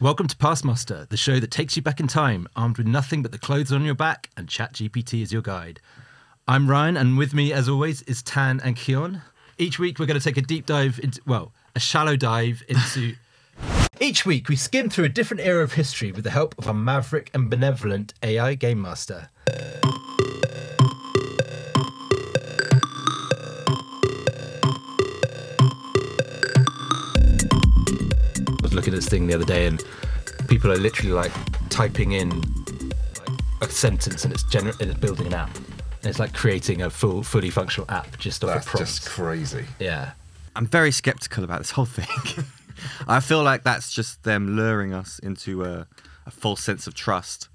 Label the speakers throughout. Speaker 1: Welcome to Past Muster, the show that takes you back in time, armed with nothing but the clothes on your back and ChatGPT as your guide. I'm Ryan, and with me, as always, is Tan and Keon. Each week, we're going to take a deep dive into, well, a shallow dive into. Each week, we skim through a different era of history with the help of our maverick and benevolent AI game master. I was looking at this thing the other day, and people are literally like typing in like, a sentence, and it's gener- and it's building an app, and it's like creating a full, fully functional app just off
Speaker 2: That's
Speaker 1: a prompt.
Speaker 2: just crazy.
Speaker 1: Yeah.
Speaker 3: I'm very skeptical about this whole thing. I feel like that's just them luring us into a, a false sense of trust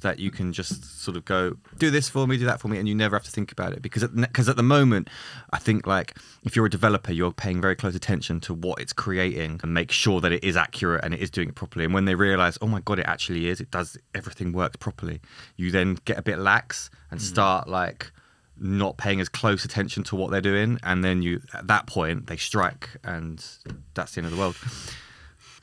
Speaker 3: that you can just sort of go do this for me, do that for me, and you never have to think about it because at, because at the moment, I think like if you're a developer, you're paying very close attention to what it's creating and make sure that it is accurate and it is doing it properly. And when they realize, oh my god, it actually is, it does everything works properly, you then get a bit lax and start like not paying as close attention to what they're doing, and then you at that point they strike, and that's the end of the world.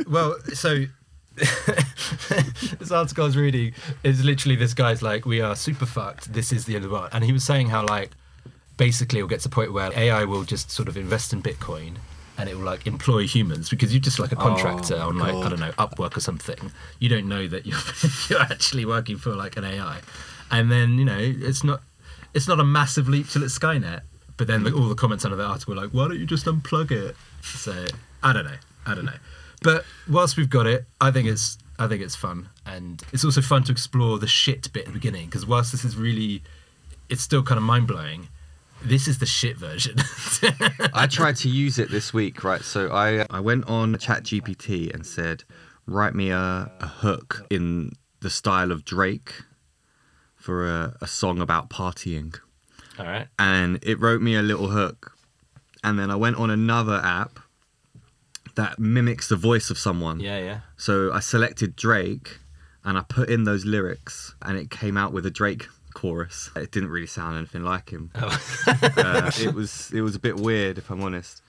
Speaker 1: Well, so this article I was reading is literally this guy's like, we are super fucked. This is the end of the world. And he was saying how like basically it'll get to a point where AI will just sort of invest in Bitcoin and it will like employ humans because you're just like a contractor on like I don't know Upwork or something. You don't know that you're you're actually working for like an AI, and then you know it's not it's not a massive leap till it's Skynet. But then like, all the comments under the article were like, why don't you just unplug it? So I don't know, I don't know. But whilst we've got it, I think it's I think it's fun, and it's also fun to explore the shit bit at the beginning because whilst this is really, it's still kind of mind blowing. This is the shit version.
Speaker 3: I tried to use it this week, right? So I I went on ChatGPT and said, write me a, a hook in the style of Drake for a, a song about partying.
Speaker 1: all right.
Speaker 3: and it wrote me a little hook. And then I went on another app that mimics the voice of someone.
Speaker 1: yeah.
Speaker 3: So I selected Drake and I put in those lyrics and it came out with a Drake chorus. It didn't really sound anything like him. uh, it was it was a bit weird if I'm honest.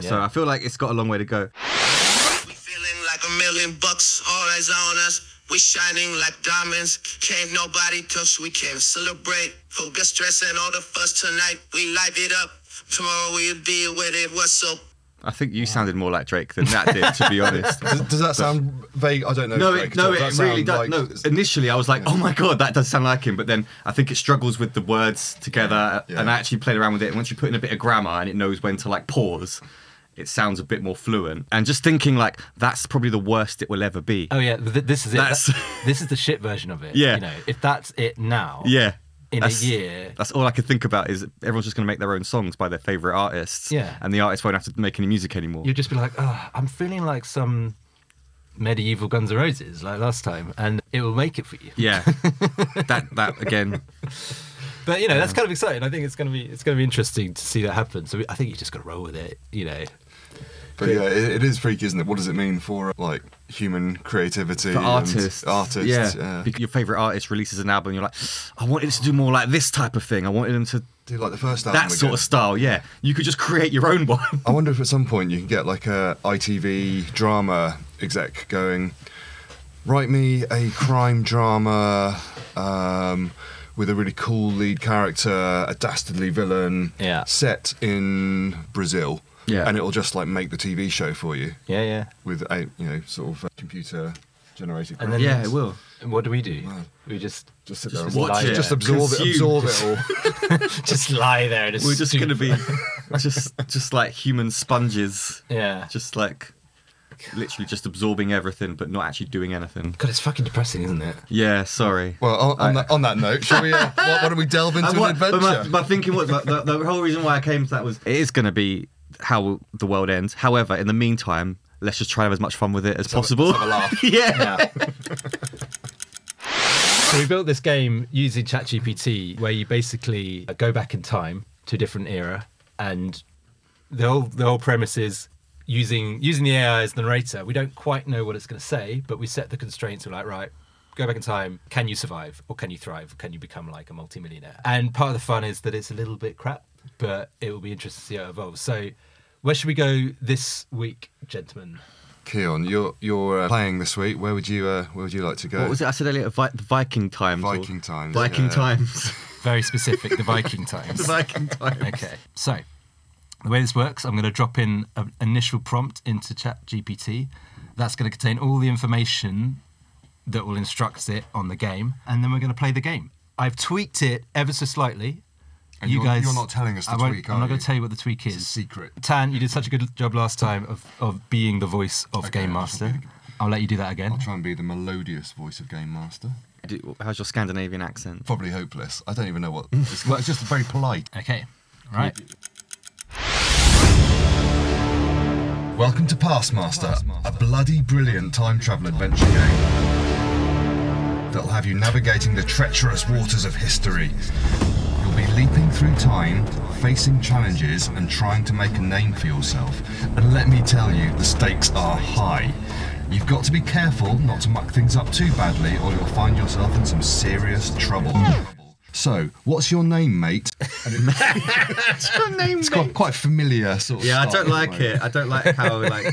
Speaker 3: So
Speaker 1: Yeah.
Speaker 3: I feel like it's got a long way to go.
Speaker 4: We feeling like a million bucks, all eyes on us. We shining like diamonds. Can't nobody touch, we can't celebrate. Forget stress and all the fuss tonight. We light it up. Tomorrow we'll be with it. What's up?
Speaker 3: I think you sounded more like Drake than that did, to be honest.
Speaker 2: Does, does that sound vague? I don't know.
Speaker 3: No,
Speaker 2: Drake,
Speaker 3: it, no,
Speaker 2: does that
Speaker 3: it really
Speaker 2: sound
Speaker 3: does.
Speaker 2: like-
Speaker 3: no, initially I was like, oh my god, that does sound like him. But then I think it struggles with the words together,
Speaker 2: Yeah.
Speaker 3: and I actually played around with it. And once you put in a bit of grammar, and it knows when to like pause, it sounds a bit more fluent. And just thinking like that's probably the worst it will ever be.
Speaker 1: Oh yeah, th- this is it.
Speaker 3: That's-
Speaker 1: That- this is the shit version of it.
Speaker 3: Yeah.
Speaker 1: You know, if that's it now.
Speaker 3: yeah.
Speaker 1: In a
Speaker 3: That's-
Speaker 1: year.
Speaker 3: That's all I could think about is everyone's just going to make their own songs by their favorite artists.
Speaker 1: Yeah.
Speaker 3: And the artists won't have to make any music anymore.
Speaker 1: You'll just be like, oh, I'm feeling like some medieval Guns N' Roses like last time, and it will make it for you.
Speaker 3: yeah. that that again.
Speaker 1: But you know, that's kind of exciting. I think it's gonna be it's gonna be interesting to see that happen. So I think you just got to roll with it. You know,
Speaker 2: But yeah, it, it is freaky, isn't it? What does it mean for uh, like human creativity?
Speaker 3: for
Speaker 2: and
Speaker 3: artists.
Speaker 2: artists,
Speaker 3: yeah.
Speaker 2: yeah.
Speaker 3: Because your favorite artist releases an album, you're like, I wanted it to do more like this type of thing. I wanted them to
Speaker 2: Do like the first album.
Speaker 3: that sort
Speaker 2: again.
Speaker 3: of style. Yeah, you could just create your own one.
Speaker 2: I wonder if at some point you can get like a ITV drama exec going, write me a crime drama um, with a really cool lead character, a dastardly villain,
Speaker 1: Yeah.
Speaker 2: set in Brazil.
Speaker 3: Yeah.
Speaker 2: And it'll just like make the TV show for you
Speaker 1: yeah, yeah.
Speaker 2: with a you know sort of uh, computer generated.
Speaker 1: And then-
Speaker 3: yeah, it will.
Speaker 1: And what do we do? We just
Speaker 2: just sit there and
Speaker 1: just
Speaker 2: watch
Speaker 1: lie
Speaker 2: it, just
Speaker 1: there.
Speaker 2: absorb
Speaker 3: Consume.
Speaker 2: it, absorb it all.
Speaker 1: just lie there.
Speaker 3: We're just gonna be just just like human sponges,
Speaker 1: yeah.
Speaker 3: just like literally just absorbing everything but not actually doing anything.
Speaker 1: God, it's fucking depressing, isn't it?
Speaker 3: Yeah, sorry.
Speaker 2: Well, on, on, that, on that note, shall we? Uh, why, why don't we delve into
Speaker 3: And
Speaker 2: an
Speaker 3: what-
Speaker 2: adventure?
Speaker 3: But my, my thinking was my- the, the whole reason why I came to that was it is going to be how the world ends. However, in the meantime, let's just try and have as much fun with it as possible.
Speaker 2: have a laugh.
Speaker 3: yeah.
Speaker 1: So we built this game using ChatGPT, where you basically go back in time to a different era, and the whole the whole premise is using using the AI as the narrator. We don't quite know what it's going to say, but we set the constraints. We're like, right, go back in time. Can you survive, or can you thrive, or can you become like a multimillionaire? And part of the fun is that it's a little bit crap, but it will be interesting to see how it evolves. So, where should we go this week, gentlemen?
Speaker 2: Keon, you're you're uh, playing this week. Where would you uh, Where would you like to go?
Speaker 3: What was it I said earlier? Vi- the Viking times. or-
Speaker 2: Viking times,
Speaker 3: Viking
Speaker 2: yeah.
Speaker 3: times.
Speaker 5: Very specific, the Viking times.
Speaker 3: the Viking times.
Speaker 5: Okay, so the way this works, I'm going to drop in an initial prompt into Chat GPT. That's going to contain all the information that will instruct it on the game, and then we're going to play the game. I've tweaked it ever so slightly.
Speaker 2: And
Speaker 5: you
Speaker 2: you're-
Speaker 5: guys,
Speaker 2: you're not telling us the
Speaker 5: I won't-
Speaker 2: tweak,
Speaker 5: I'm
Speaker 2: are
Speaker 5: not going
Speaker 2: you?
Speaker 5: to tell you what the tweak is.
Speaker 2: a secret.
Speaker 5: Tan, you did such a good job last time of, of being the voice of
Speaker 2: Okay,
Speaker 5: Game
Speaker 2: I'll just
Speaker 5: Master. I'll let you do that again.
Speaker 2: I'll try and be the melodious voice of Game Master.
Speaker 3: Do- How's your Scandinavian accent?
Speaker 2: Probably hopeless. I don't even know what. It's, it's just very polite.
Speaker 5: Okay, right.
Speaker 2: Welcome to Passmaster, a bloody brilliant time travel adventure game that'll have you navigating the treacherous waters of history. You'll be leaping through time, facing challenges, and trying to make a name for yourself. And let me tell you, the stakes are high. You've got to be careful not to muck things up too badly, or you'll find yourself in some serious trouble. So, what's your name, mate? It's got quite familiar sort of.
Speaker 3: Yeah, I
Speaker 2: style,
Speaker 3: don't like
Speaker 2: isn't
Speaker 3: it. I don't like how like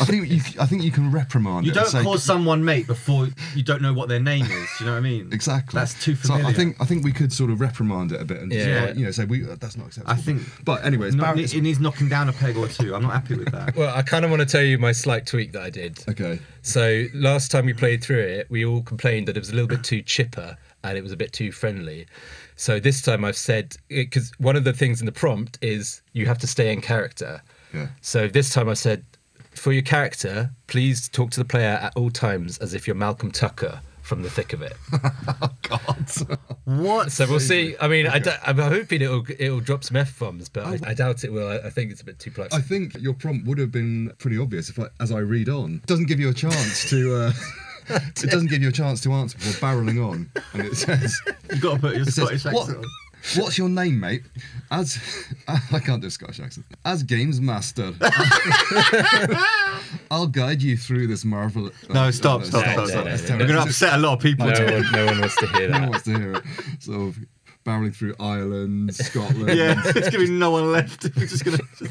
Speaker 2: I think you. I think you can reprimand.
Speaker 3: you
Speaker 2: it and
Speaker 3: don't
Speaker 2: say-
Speaker 3: call someone mate before you don't know what their name is. Do you know what I mean?
Speaker 2: Exactly.
Speaker 3: That's too familiar.
Speaker 2: So I think I think we could sort of reprimand it a bit and just
Speaker 3: Yeah.
Speaker 2: like, you know say we uh, that's not acceptable.
Speaker 3: I think.
Speaker 2: But anyways,
Speaker 3: no-
Speaker 2: Barry.
Speaker 3: it needs knocking down a peg or two. I'm not happy with that.
Speaker 1: Well, I kind of want to tell you my slight tweak that I did.
Speaker 2: okay.
Speaker 1: So last time we played through it, we all complained that it was a little bit too chipper and it was a bit too friendly. So this time I've said because one of the things in the prompt is you have to stay in character.
Speaker 2: Yeah.
Speaker 1: So this time I said, for your character, please talk to the player at all times as if you're Malcolm Tucker from The Thick of It.
Speaker 3: What?
Speaker 1: So we'll see. I mean, I d- I'm hoping it'll it'll drop some f bombs, but I, I doubt it will. I, I think it's a bit too polite.
Speaker 2: Oh. I think your prompt would have been pretty obvious if I, as I read on. It doesn't give you a chance to. Uh, it doesn't give you a chance to answer before barreling on, and it says.
Speaker 3: You've got to put your
Speaker 2: It says,
Speaker 3: Scottish
Speaker 2: "What-
Speaker 3: accent on.
Speaker 2: What's your name, mate? As I can't do a Scottish accent. As games master, I'll guide you through this marvel. uh,
Speaker 3: No, stop, stop,
Speaker 1: no,
Speaker 3: stop,
Speaker 1: no,
Speaker 3: stop.
Speaker 1: no,
Speaker 3: You're going to upset a lot of people.
Speaker 1: no, one, no one wants to hear
Speaker 2: No one
Speaker 1: that.
Speaker 2: wants to hear it. Sort of barreling through Ireland, Scotland.
Speaker 3: Yeah, it's going to be no one left. We're just going to.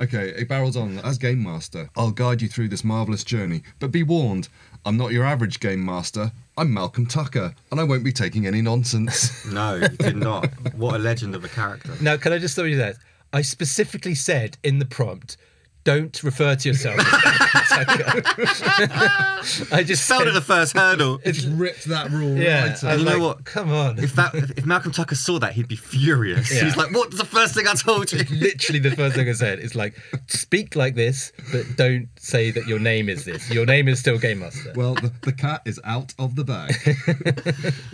Speaker 2: Okay, it barrels on. As game master, I'll guide you through this marvelous journey. But be warned, I'm not your average game master. I'm Malcolm Tucker, and I won't be taking any nonsense.
Speaker 3: No, you did not. What a legend of a character.
Speaker 1: Now, can I just tell you that I specifically said in the prompt, "Don't refer to yourself." as Malcolm Tucker." I just
Speaker 3: Failed
Speaker 1: said,
Speaker 3: at the first hurdle.
Speaker 2: Just ripped that rule
Speaker 1: yeah.
Speaker 2: right
Speaker 1: I was
Speaker 3: You know
Speaker 1: like,
Speaker 3: what?
Speaker 1: Come on.
Speaker 3: If that, if Malcolm Tucker saw that, he'd be furious.
Speaker 1: Yeah.
Speaker 3: He's like, "What's the first thing I told you?"
Speaker 1: Literally, the first thing I said is like, "Speak like this, but don't say that your name is this. Your name is still Game Master."
Speaker 2: Well, the, the cat is out of the bag.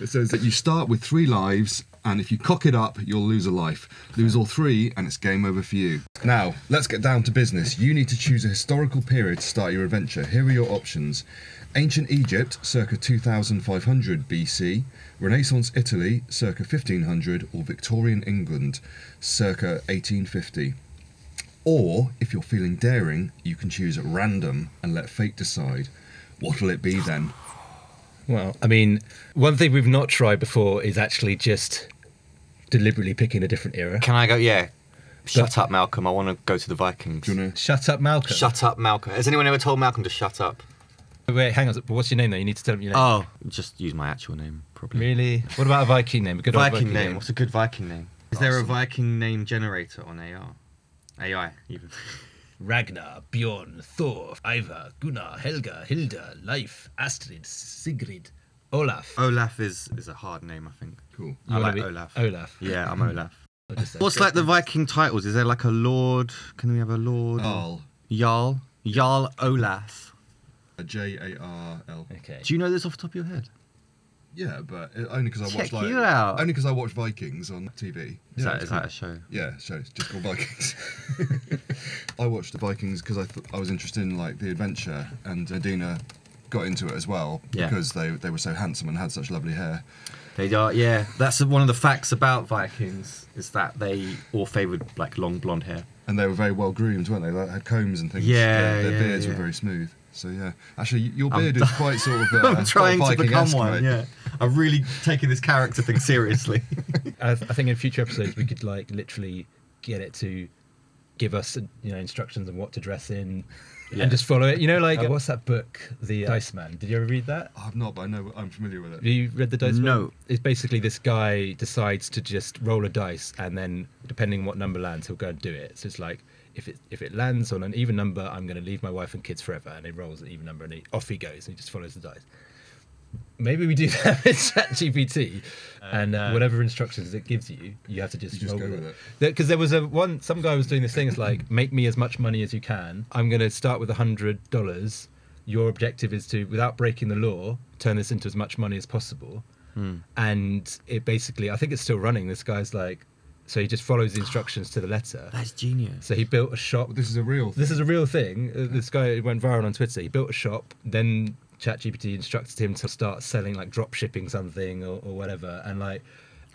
Speaker 2: it says that you start with three lives, and if you cock it up, you'll lose a life. Lose all three, and it's game over for you. Now, let's get down to business. You need to choose a historical period to start your adventure. Here are your options Ancient Egypt, circa 2500 BC, Renaissance Italy, circa 1500, or Victorian England, circa 1850. Or, if you're feeling daring, you can choose at random and let fate decide. What will it be then?
Speaker 1: Well, I mean, one thing we've not tried before is actually just deliberately picking a different era.
Speaker 3: Can I go? Yeah. Shut up, Malcolm. I want to go to the Vikings.
Speaker 2: Do you want to?
Speaker 1: Shut up, Malcolm.
Speaker 3: Shut up, Malcolm. Has anyone ever told Malcolm to shut up?
Speaker 1: Wait, hang on. What's your name though? You need to tell me your name.
Speaker 3: Oh, just use my actual name, probably.
Speaker 1: Really? What about a Viking name? A good old
Speaker 3: Viking,
Speaker 1: Viking
Speaker 3: name. What's a good Viking name? Is there a Viking name generator on AR? AI, even.
Speaker 1: Ragnar, Bjorn, Thor, Ivar, Gunnar, Helga, Hilda, Leif, Astrid, Sigrid, Olaf.
Speaker 3: Olaf is is a hard name, I think.
Speaker 2: Cool.
Speaker 1: You
Speaker 3: I
Speaker 1: wanna
Speaker 3: like
Speaker 1: be-
Speaker 3: Olaf. Mm-hmm.
Speaker 1: Olaf.
Speaker 3: Yeah, I'm Olaf.
Speaker 1: I'll just say-
Speaker 3: What's like the Viking titles? Is there like a lord? Can we have a lord?
Speaker 2: Jarl.
Speaker 3: Jarl. Jarl Olaf.
Speaker 2: A J A R L.
Speaker 1: Okay.
Speaker 3: Do you know this off the top of your head?
Speaker 2: Yeah, but it- only because I watched
Speaker 3: Check
Speaker 2: like
Speaker 3: you out.
Speaker 2: only because I watched Vikings on TV. yeah,
Speaker 3: Is, that, is that a show?
Speaker 2: yeah, so it's just called Vikings. I watched the Vikings because I thought I was interested in like the adventure, and Adina got into it as well
Speaker 3: Yeah.
Speaker 2: because they they were so handsome and had such lovely hair.
Speaker 3: They are, yeah. That's one of the facts about Vikings is that they all favoured like long blonde hair.
Speaker 2: and they were very well groomed, weren't they? They had combs and things.
Speaker 3: Yeah,
Speaker 2: their, their
Speaker 3: yeah,
Speaker 2: beards
Speaker 3: yeah.
Speaker 2: were very smooth. So yeah, actually, y- your
Speaker 3: I'm
Speaker 2: beard is quite sort of. Uh,
Speaker 3: I'm trying to
Speaker 2: quite
Speaker 3: become
Speaker 2: Viking-esque, mate.
Speaker 3: one. Yeah, I'm really taking this character thing seriously.
Speaker 1: I, I think in future episodes we could like literally get it to give us you know instructions on what to dress in, and just follow it. You know, like
Speaker 6: Uh, what's that book, The Ice Man? Did you ever read that?
Speaker 2: I've not, but I know I'm familiar with
Speaker 1: Have
Speaker 2: it.
Speaker 1: you read the dice?
Speaker 3: No.
Speaker 1: roll? It's basically this guy decides to just roll a dice, and then depending on what number lands, he'll go and do it. So it's like if it if it lands on an even number, I'm going to leave my wife and kids forever, and he rolls an even number, and he, off he goes, and he just follows the dice. Maybe we do that with ChatGPT, and uh, whatever instructions it gives you, you have to just,
Speaker 2: You just
Speaker 1: roll
Speaker 2: go
Speaker 1: with
Speaker 2: with
Speaker 1: it.
Speaker 2: it.
Speaker 1: Because there was a one, some guy was doing this thing. It's like, make me as much money as you can. I'm going to start with a hundred dollars. Your objective is to, without breaking the law, turn this into as much money as possible. And it basically, I think it's still running. This guy's like, so he just follows the instructions to the letter.
Speaker 3: That's genius.
Speaker 1: So he built a shop.
Speaker 2: Well, this is a real.
Speaker 1: This is a real thing. Uh, This guy it went viral on Twitter. He built a shop, then ChatGPT instructed him to start selling like drop shipping something or, or whatever, and like,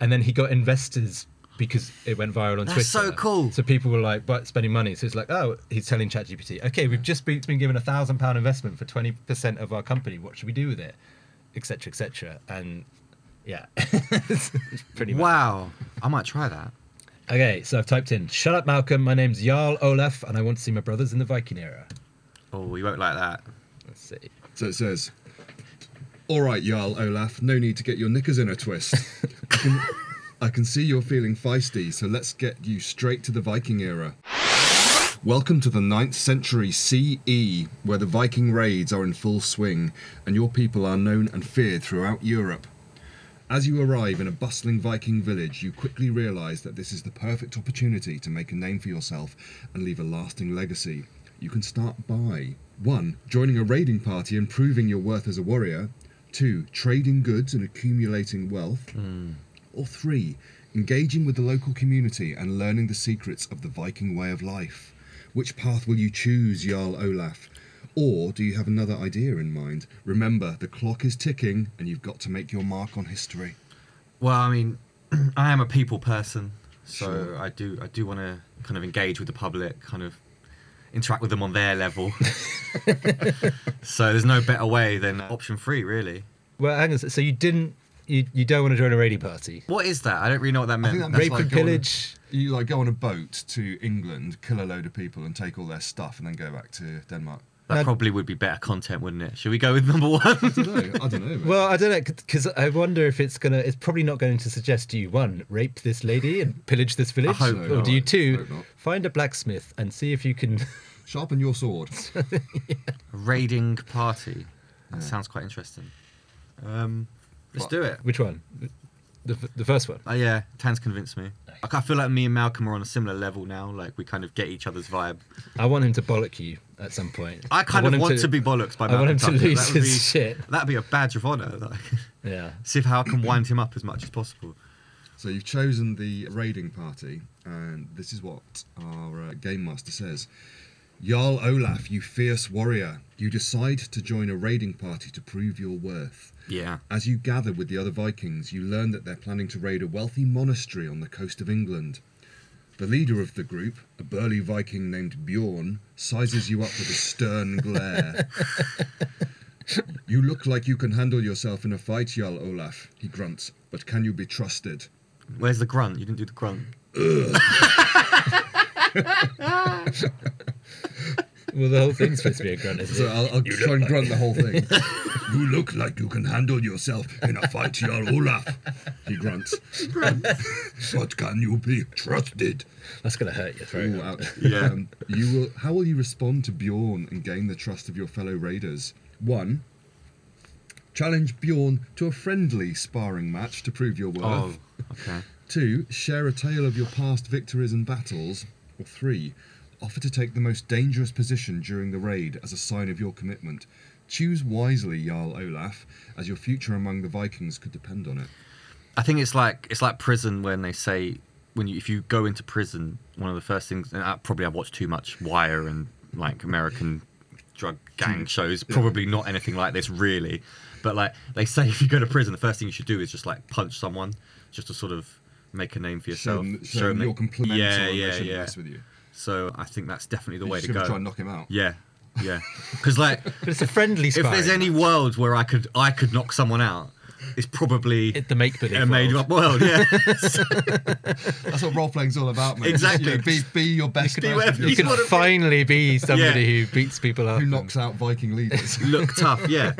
Speaker 1: and then he got investors because it went viral on
Speaker 3: That's
Speaker 1: Twitter.
Speaker 3: so cool.
Speaker 1: So people were like, but spending money. So it's like, oh, he's telling ChatGPT, okay, we've just been, been given a thousand pound investment for twenty percent of our company. What should we do with it? Etc. Etc. And yeah, It's pretty much.
Speaker 3: Wow. I might try that.
Speaker 1: Okay, so I've typed in, shut up, Malcolm. My name's Jarl Olaf, and I want to see my brothers in the Viking era.
Speaker 3: Oh, you won't like that.
Speaker 1: Let's see.
Speaker 2: So it says, "All right, Jarl Olaf, no need to get your knickers in a twist. I, can, I can see you're feeling feisty, so let's get you straight to the Viking era." Welcome to the 9th century CE, where the Viking raids are in full swing, and your people are known and feared throughout Europe. As you arrive in a bustling Viking village, you quickly realise that this is the perfect opportunity to make a name for yourself and leave a lasting legacy. You can start by 1. Joining a raiding party and proving your worth as a warrior, 2. Trading goods and accumulating wealth, or 3. Engaging with the local community and learning the secrets of the Viking way of life. Which path will you choose, Jarl Olaf? Or do you have another idea in mind? Remember, the clock is ticking and you've got to make your mark on history.
Speaker 3: Well, I mean, I am a people person, so
Speaker 2: Sure.
Speaker 3: I do I do want to kind of engage with the public, kind of interact with them on their level. so there's no better way than option three, really.
Speaker 1: Well, hang on. a sec. So you didn't, you, you don't want to join a raiding party?
Speaker 3: What is that? I don't really know what that meant.
Speaker 2: that
Speaker 3: That's
Speaker 2: means
Speaker 1: Rape
Speaker 2: like
Speaker 1: and
Speaker 2: going-
Speaker 1: pillage.
Speaker 2: You like go on a boat to England, kill a load of people, and take all their stuff, and then go back to Denmark.
Speaker 3: That
Speaker 1: Now-
Speaker 3: probably would be better content, wouldn't it? Should we go with number
Speaker 2: I
Speaker 3: one?
Speaker 2: don't know. I don't know.
Speaker 1: Well, I don't know because I wonder if it's gonna. It's probably not going to suggest to you one rape this lady and pillage this village,
Speaker 3: hope
Speaker 1: or
Speaker 2: not.
Speaker 1: do you
Speaker 2: I
Speaker 1: two
Speaker 2: hope not.
Speaker 1: find a blacksmith and see if you can.
Speaker 2: sharpen your sword.
Speaker 3: Raiding party. That sounds quite interesting. Um, let's
Speaker 2: What?
Speaker 3: do it.
Speaker 1: Which one? The, the first one.
Speaker 3: Oh yeah, Tan's convinced me. Like, I feel like me and Malcolm are on a similar level now. Like we kind of get each other's vibe.
Speaker 1: I want him to bollock you at some point.
Speaker 3: I kind of
Speaker 1: him
Speaker 3: want to, be bollocks by
Speaker 1: I want
Speaker 3: Malcolm
Speaker 1: him to
Speaker 3: Tucker.
Speaker 1: lose
Speaker 3: That would
Speaker 1: his
Speaker 3: be-
Speaker 1: shit.
Speaker 3: That'd be a badge of honour. Like,
Speaker 1: Yeah.
Speaker 3: see if how I can wind him up as much as possible.
Speaker 2: So you've chosen the raiding party, and this is what our uh, game master says. Jarl Olaf, you fierce warrior, you decide to join a raiding party to prove your worth.
Speaker 3: Yeah.
Speaker 2: As you gather with the other Vikings, you learn that they're planning to raid a wealthy monastery on the coast of England. The leader of the group, a burly Viking named Bjorn, sizes you up with a stern glare. you look like you can handle yourself in a fight, Jarl Olaf, he grunts, but can you be trusted?
Speaker 3: Where's the grunt? You didn't do the grunt.
Speaker 1: Well, the whole thing's supposed to be a grunt, isn't
Speaker 2: So
Speaker 1: it?
Speaker 2: I'll, I'll try and grunt the whole thing. you look like you can handle yourself in a fight, Jarl Olaf, he grunts. but can you be trusted?
Speaker 1: That's gonna hurt your throat.
Speaker 2: Ooh, ouch.
Speaker 3: Yeah.
Speaker 2: Um, you will. How will you respond to Bjorn and gain the trust of your fellow raiders? One. Challenge Bjorn to a friendly sparring match to prove your worth.
Speaker 3: Oh, okay.
Speaker 2: Two. Share a tale of your past victories and battles. Or three. Offer to take the most dangerous position during the raid as a sign of your commitment. Choose wisely, Jarl Olaf, as your future among the Vikings could depend on it.
Speaker 3: I think it's like it's like prison when they say when you if you go into prison, one of the first things. And I, probably I've watched too much Wire and like American drug gang shows. Probably not anything like this really. But like they say, if you go to prison, the first thing you should do is just like punch someone, just to sort of make a name for
Speaker 2: Show
Speaker 3: yourself.
Speaker 2: 'em-
Speaker 3: show
Speaker 2: show 'em
Speaker 3: them
Speaker 2: you're
Speaker 3: that-
Speaker 2: complimentary
Speaker 3: Yeah,
Speaker 2: and they
Speaker 3: yeah,
Speaker 2: shouldn't
Speaker 3: yeah.
Speaker 2: mess with you.
Speaker 3: So I think that's definitely the
Speaker 2: You
Speaker 3: way
Speaker 2: just
Speaker 3: to go.
Speaker 2: gotta try and knock him out.
Speaker 3: Yeah, yeah. Because like,
Speaker 1: But it's a friendly
Speaker 3: if
Speaker 1: sparring.
Speaker 3: there's any world where I could I could knock someone out, is probably
Speaker 1: It- the make believe.
Speaker 3: a made up world. Yeah,
Speaker 2: That's what role playing's all about, man.
Speaker 3: Exactly.
Speaker 2: You know, be, be your best
Speaker 3: Be
Speaker 2: version of
Speaker 3: whatever
Speaker 1: You
Speaker 2: yourself.
Speaker 1: can
Speaker 3: It's what it-
Speaker 1: finally be somebody
Speaker 3: Yeah.
Speaker 1: who beats people up.
Speaker 2: Who knocks out Viking leaders?
Speaker 3: look tough. Yeah,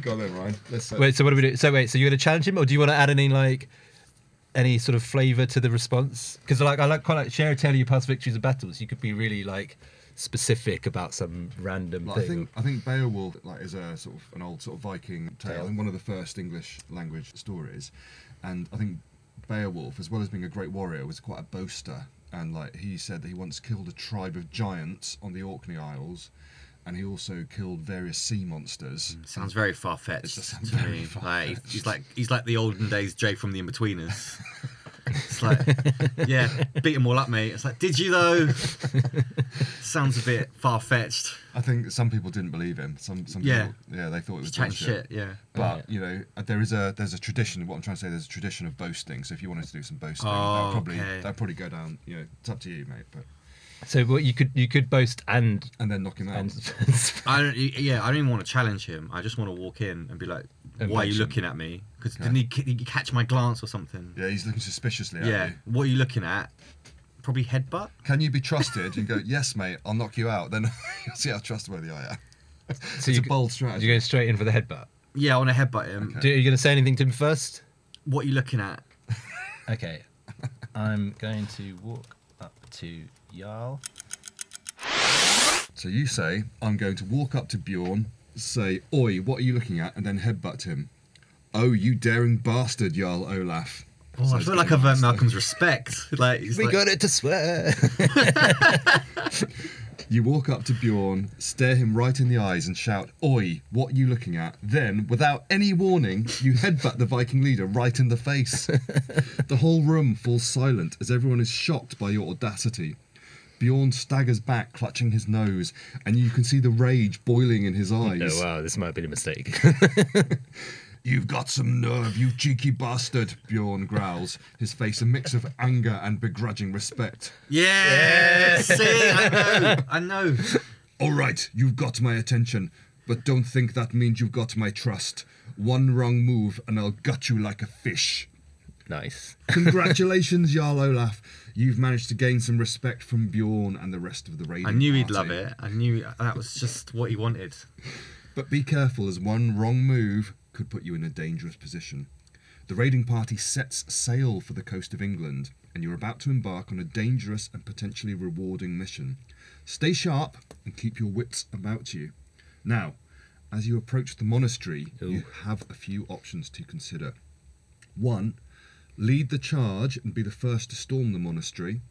Speaker 2: Got it, Ryan. Let's say-
Speaker 1: Wait, so what do we do? So wait, so you're gonna challenge him, or do you want to add any like any sort of flavour to the response? Because like I like quite like share a tale of your past victories and battles. You could be really like specific about some random
Speaker 2: Like, I
Speaker 1: thing.
Speaker 2: think I think Beowulf like is a sort of an old sort of Viking tale and one of the first English language stories, and I think Beowulf, as well as being a great warrior, was quite a boaster. And like he said that he once killed a tribe of giants on the Orkney Isles, and he also killed various sea monsters.
Speaker 3: sounds very far fetched
Speaker 2: just
Speaker 3: to me. Like he's like he's like the olden days Jay from the Inbetweeners. It's like, yeah, beat them all up, mate. It's like, did you though? Sounds a bit far fetched.
Speaker 2: I think some people didn't believe him. Some some
Speaker 3: Yeah.
Speaker 2: people, yeah, they thought it was
Speaker 3: Chatting
Speaker 2: bullshit.
Speaker 3: shit. Yeah.
Speaker 2: But you know, uh, there is a there's a tradition. What I'm trying to say, there's a tradition of boasting. So if you wanted to do some boasting, that
Speaker 3: Oh,
Speaker 2: would probably
Speaker 3: okay.
Speaker 2: that'd probably go down. You know, it's up to you, mate. But
Speaker 1: so. What you could you could boast and
Speaker 2: and then knock him
Speaker 7: Oh.
Speaker 2: out.
Speaker 1: and
Speaker 3: I don't. Yeah, I don't even want to challenge him. I just want to walk in and be like,
Speaker 1: And
Speaker 3: "Why are
Speaker 1: punch
Speaker 3: you
Speaker 1: him.
Speaker 3: looking at me? Because didn't he, ca- he catch my glance or something?
Speaker 2: yeah, he's looking suspiciously at
Speaker 3: yeah.
Speaker 2: you.
Speaker 3: What are you looking at? Probably headbutt.
Speaker 2: Can you be trusted? You go, yes, mate. I'll knock you out. Then you'll see how trustworthy I am.
Speaker 1: so
Speaker 2: it's
Speaker 1: you
Speaker 2: a bold
Speaker 1: You're
Speaker 2: strategy.
Speaker 1: going straight in for the headbutt.
Speaker 3: Yeah, I want to headbutt him.
Speaker 2: Okay.
Speaker 1: Do, are you gonna say anything to him first?
Speaker 3: What are you looking at?
Speaker 7: Okay. I'm going to walk up to Jarl.
Speaker 2: So you say, I'm going to walk up to Bjorn, say, Oi, what are you looking at? And then headbutt him. Oh, you daring bastard, Jarl Olaf.
Speaker 3: Oh, I feel like I've earned Malcolm's respect. Like, he's like-
Speaker 1: it to swear.
Speaker 2: You walk up to Bjorn, stare him right in the eyes, and shout, Oi, what you looking at? Then, without any warning, you headbutt the Viking leader right in the face. the whole room falls silent as everyone is shocked by your audacity. Bjorn staggers back, clutching his nose, and you can see the rage boiling in his eyes.
Speaker 1: oh wow, this might be a mistake.
Speaker 2: You've got some nerve, you cheeky bastard, Bjorn growls, his face a mix of anger and begrudging respect.
Speaker 3: yeah, see, I know, I know.
Speaker 2: All right, you've got my attention, but don't think that means you've got my trust. One wrong move and I'll gut you like a fish.
Speaker 1: nice.
Speaker 2: Congratulations, Jarl Olaf. You've managed to gain some respect from Bjorn and the rest of the raiding
Speaker 3: I knew he'd
Speaker 2: party.
Speaker 3: love it. I knew that was just what he wanted.
Speaker 2: But be careful, as one wrong move could put you in a dangerous position. The raiding party sets sail for the coast of England, and you're about to embark on a dangerous and potentially rewarding mission. Stay sharp and keep your wits about you. Now, as you approach the monastery, you have a few options to consider. One, lead the charge and be the first to storm the monastery.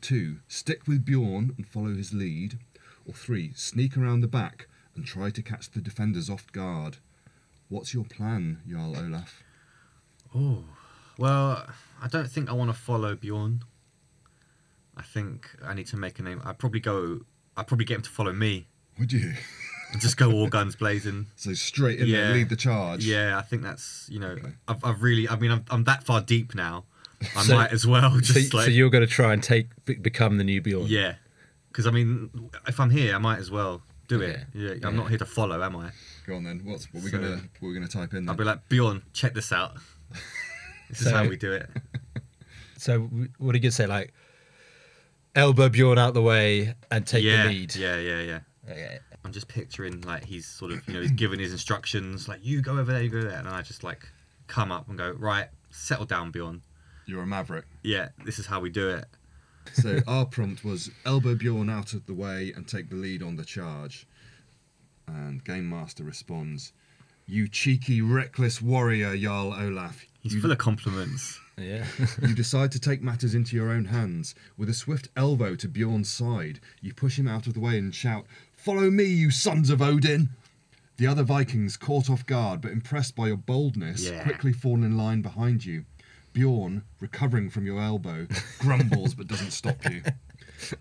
Speaker 2: Two, stick with Bjorn and follow his lead. Or three, sneak around the back and try to catch the defenders off guard. What's your plan, Jarl Olaf?
Speaker 3: Oh, well, I don't think I want to follow Bjorn. I think I need to make a name. I'd probably go. I'd probably get him to follow me
Speaker 2: Would you?
Speaker 3: and just go all guns blazing.
Speaker 2: So straight in there,
Speaker 3: Yeah.
Speaker 2: lead the charge.
Speaker 3: Yeah, I think that's you know.
Speaker 2: Okay.
Speaker 3: I've, I've really. I mean, I'm, I'm that far deep now. I
Speaker 1: So-
Speaker 3: might as well
Speaker 1: So,
Speaker 3: just like
Speaker 1: so you're gonna try and take be- become the new Bjorn.
Speaker 3: yeah. Because I mean, if I'm here, I might as well do it.
Speaker 1: Okay.
Speaker 3: Yeah, I'm not here to follow, am I?
Speaker 2: Go on then. What's what we
Speaker 3: So-
Speaker 2: gonna what we gonna type in?
Speaker 3: I'll
Speaker 2: Then?
Speaker 3: be like Bjorn, check this out. This is
Speaker 1: So-
Speaker 3: how we do it.
Speaker 1: So w- what do you say? Like elbow Bjorn out the way and take
Speaker 3: yeah,
Speaker 1: the lead.
Speaker 3: yeah, yeah, yeah.
Speaker 1: Okay.
Speaker 3: I'm just picturing like he's sort of you know he's given his instructions like you go over there, you go there, and I just like come up and go right, settle down, Bjorn.
Speaker 2: You're a maverick.
Speaker 3: Yeah, this is how we do it.
Speaker 2: So our prompt was elbow Bjorn out of the way and take the lead on the charge. And Game Master responds, "You cheeky, reckless warrior, Jarl Olaf.
Speaker 3: He's full of compliments.
Speaker 1: Yeah.
Speaker 2: You decide to take matters into your own hands. With a swift elbow to Bjorn's side, you push him out of the way and shout, Follow me, you sons of Odin! The other Vikings, caught off guard but impressed by your boldness,
Speaker 3: Yeah.
Speaker 2: quickly fall in line behind you. Bjorn, recovering from your elbow, grumbles but doesn't stop you.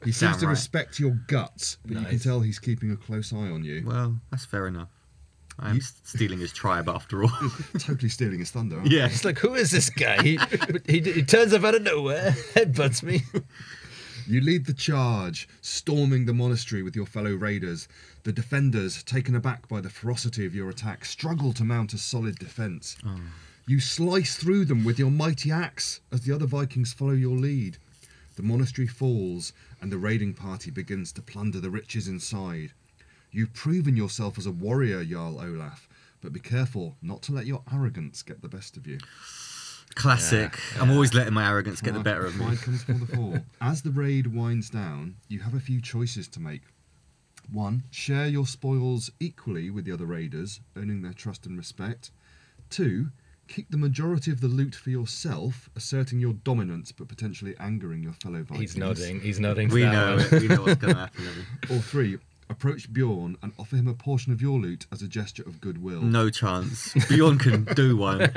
Speaker 2: He seems
Speaker 3: Damn
Speaker 2: to
Speaker 3: right.
Speaker 2: respect your guts, but you can
Speaker 1: Nice.
Speaker 2: tell he's keeping a close eye on you.
Speaker 3: Well, that's fair enough. I'm s stealing his tribe after all.
Speaker 2: totally stealing his thunder. aren't I?
Speaker 3: yeah.
Speaker 1: It's like, who is this guy? He, he, he turns up out of nowhere, headbutts me.
Speaker 2: You lead the charge, storming the monastery with your fellow raiders. The defenders, taken aback by the ferocity of your attack, struggle to mount a solid defence. You slice through them with your mighty axe as the other Vikings follow your lead. The monastery falls, and the raiding party begins to plunder the riches inside. You've proven yourself as a warrior, Jarl Olaf, but be careful not to let your arrogance get the best of you.
Speaker 3: Classic. I'm always letting my arrogance get
Speaker 2: Pride-
Speaker 3: the better of me.
Speaker 2: Pride comes before the fall. As the raid winds down, you have a few choices to make. One, share your spoils equally with the other raiders, earning their trust and respect. Two, keep the majority of the loot for yourself, asserting your dominance but potentially angering your fellow Vikings.
Speaker 1: He's nodding. He's nodding. To
Speaker 3: We
Speaker 1: that
Speaker 3: know
Speaker 1: one.
Speaker 3: it. We know what's going to happen. don't we?
Speaker 2: Or three, approach Bjorn and offer him a portion of your loot as a gesture of goodwill.
Speaker 3: No chance. Bjorn can do one.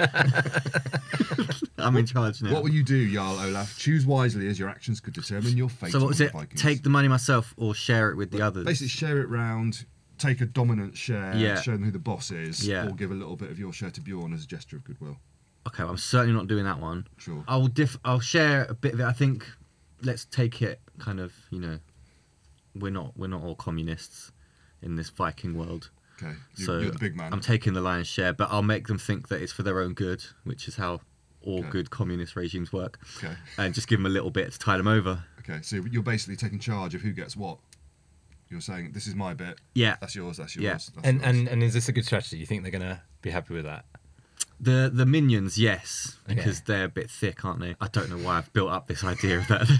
Speaker 3: I'm in charge now.
Speaker 2: What will you do, Jarl Olaf? Choose wisely, as your actions could determine your fate.
Speaker 3: so what was
Speaker 2: among
Speaker 3: it?
Speaker 2: the Vikings.
Speaker 3: Take the money myself or share it with the others?
Speaker 2: basically share it round, take a dominant share,
Speaker 3: Yeah.
Speaker 2: show them who the boss is,
Speaker 3: Yeah.
Speaker 2: or give a little bit of your share to Bjorn as a gesture of goodwill.
Speaker 3: Okay, well, I'm certainly not doing that one.
Speaker 2: Sure.
Speaker 3: I'll diff. I'll share a bit of it. I think let's take it kind of you know, we're not we're not all communists in this Viking world.
Speaker 2: Okay, you're,
Speaker 3: so
Speaker 2: you're the big man.
Speaker 3: I'm taking the lion's share, but I'll make them think that it's for their own good, which is how all
Speaker 2: Okay.
Speaker 3: good communist regimes work.
Speaker 2: okay,
Speaker 3: And just give them a little bit to tide them over.
Speaker 2: okay. So you're basically taking charge of who gets what. You're saying this is my bit.
Speaker 3: Yeah.
Speaker 2: That's yours. That's yours.
Speaker 3: Yeah.
Speaker 2: That's
Speaker 1: And,
Speaker 2: yours.
Speaker 1: and and is this a good strategy? You think they're gonna be happy with that?
Speaker 3: The the minions, yes,
Speaker 1: Okay.
Speaker 3: because they're a bit thick, aren't they? I don't know why I've built up this idea of that.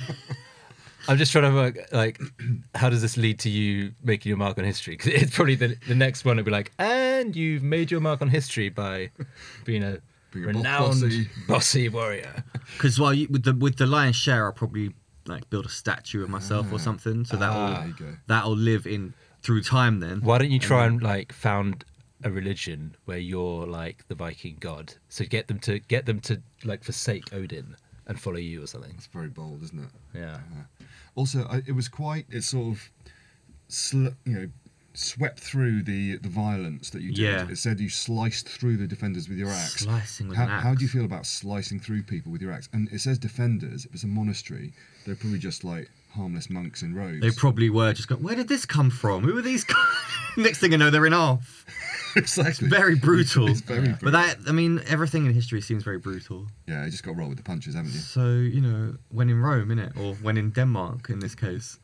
Speaker 1: I'm just trying to work like, how does this lead to you making your mark on history? Because it's probably the, the next one. It'll be like, and you've made your mark on history by being a
Speaker 2: Being a bo-
Speaker 1: renowned bossy.
Speaker 2: bossy.
Speaker 1: warrior.
Speaker 3: Because while you, with the with the lion's share, I'll probably like build a statue of myself or something. So that
Speaker 2: Ah, there
Speaker 3: will
Speaker 2: you go.
Speaker 3: that will live in through time. Then
Speaker 1: Why don't you try and like found a religion where you're like the Viking god? So get them to get them to like forsake Odin and follow you or something.
Speaker 2: It's very bold, isn't it?
Speaker 1: Yeah.
Speaker 2: Also, I, it was quite. It sort of, sl- you know, swept through the the violence that you did.
Speaker 3: Yeah.
Speaker 2: It said you sliced through the defenders with your axe.
Speaker 3: Slicing with
Speaker 2: how,
Speaker 3: an axe.
Speaker 2: How do you feel about slicing through people with your axe? And it says defenders. If it's a monastery, they're probably just like harmless monks in robes.
Speaker 3: they probably were just going, "Where did this come from? Who are these?" guys?" Next thing I know, they're in half.
Speaker 2: exactly.
Speaker 3: Very brutal.
Speaker 2: It's very
Speaker 3: But that I mean, everything in history seems very brutal.
Speaker 2: yeah, you just got to roll with the punches, haven't you?
Speaker 3: So you know, when in Rome, innit? or when in Denmark, in this case.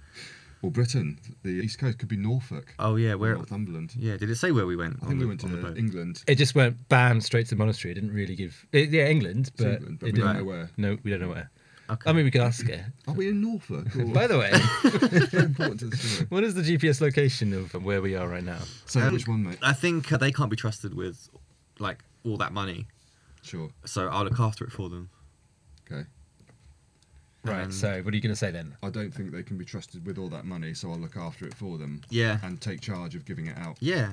Speaker 2: Well, Britain, the east coast could be Norfolk,
Speaker 3: Oh yeah, where?
Speaker 2: Northumberland.
Speaker 3: Yeah, did it say where we went?
Speaker 2: I think we
Speaker 3: the-
Speaker 2: went
Speaker 3: on the
Speaker 2: to
Speaker 3: boat?
Speaker 2: England.
Speaker 1: It just went bam straight to the monastery. It didn't really give. It, yeah, England, but,
Speaker 2: England, but
Speaker 1: it
Speaker 2: we don't
Speaker 1: didn't-
Speaker 2: know where.
Speaker 1: No, we don't know where.
Speaker 3: Okay.
Speaker 1: I mean, we could ask it.
Speaker 2: Are we in Norfolk? Or
Speaker 1: By the way,
Speaker 2: very important to the story.
Speaker 1: what is the GPS location of where we are right now?
Speaker 2: So which one, mate?
Speaker 3: I think uh, they can't be trusted with like all that money.
Speaker 2: Sure.
Speaker 3: So I'll look after it for them.
Speaker 2: Okay.
Speaker 1: Right.
Speaker 3: And-
Speaker 1: so, what are you going to say then?
Speaker 2: I don't think they can be trusted with all that money, so I'll look after it for them.
Speaker 3: Yeah.
Speaker 2: And take charge of giving it out.
Speaker 3: Yeah.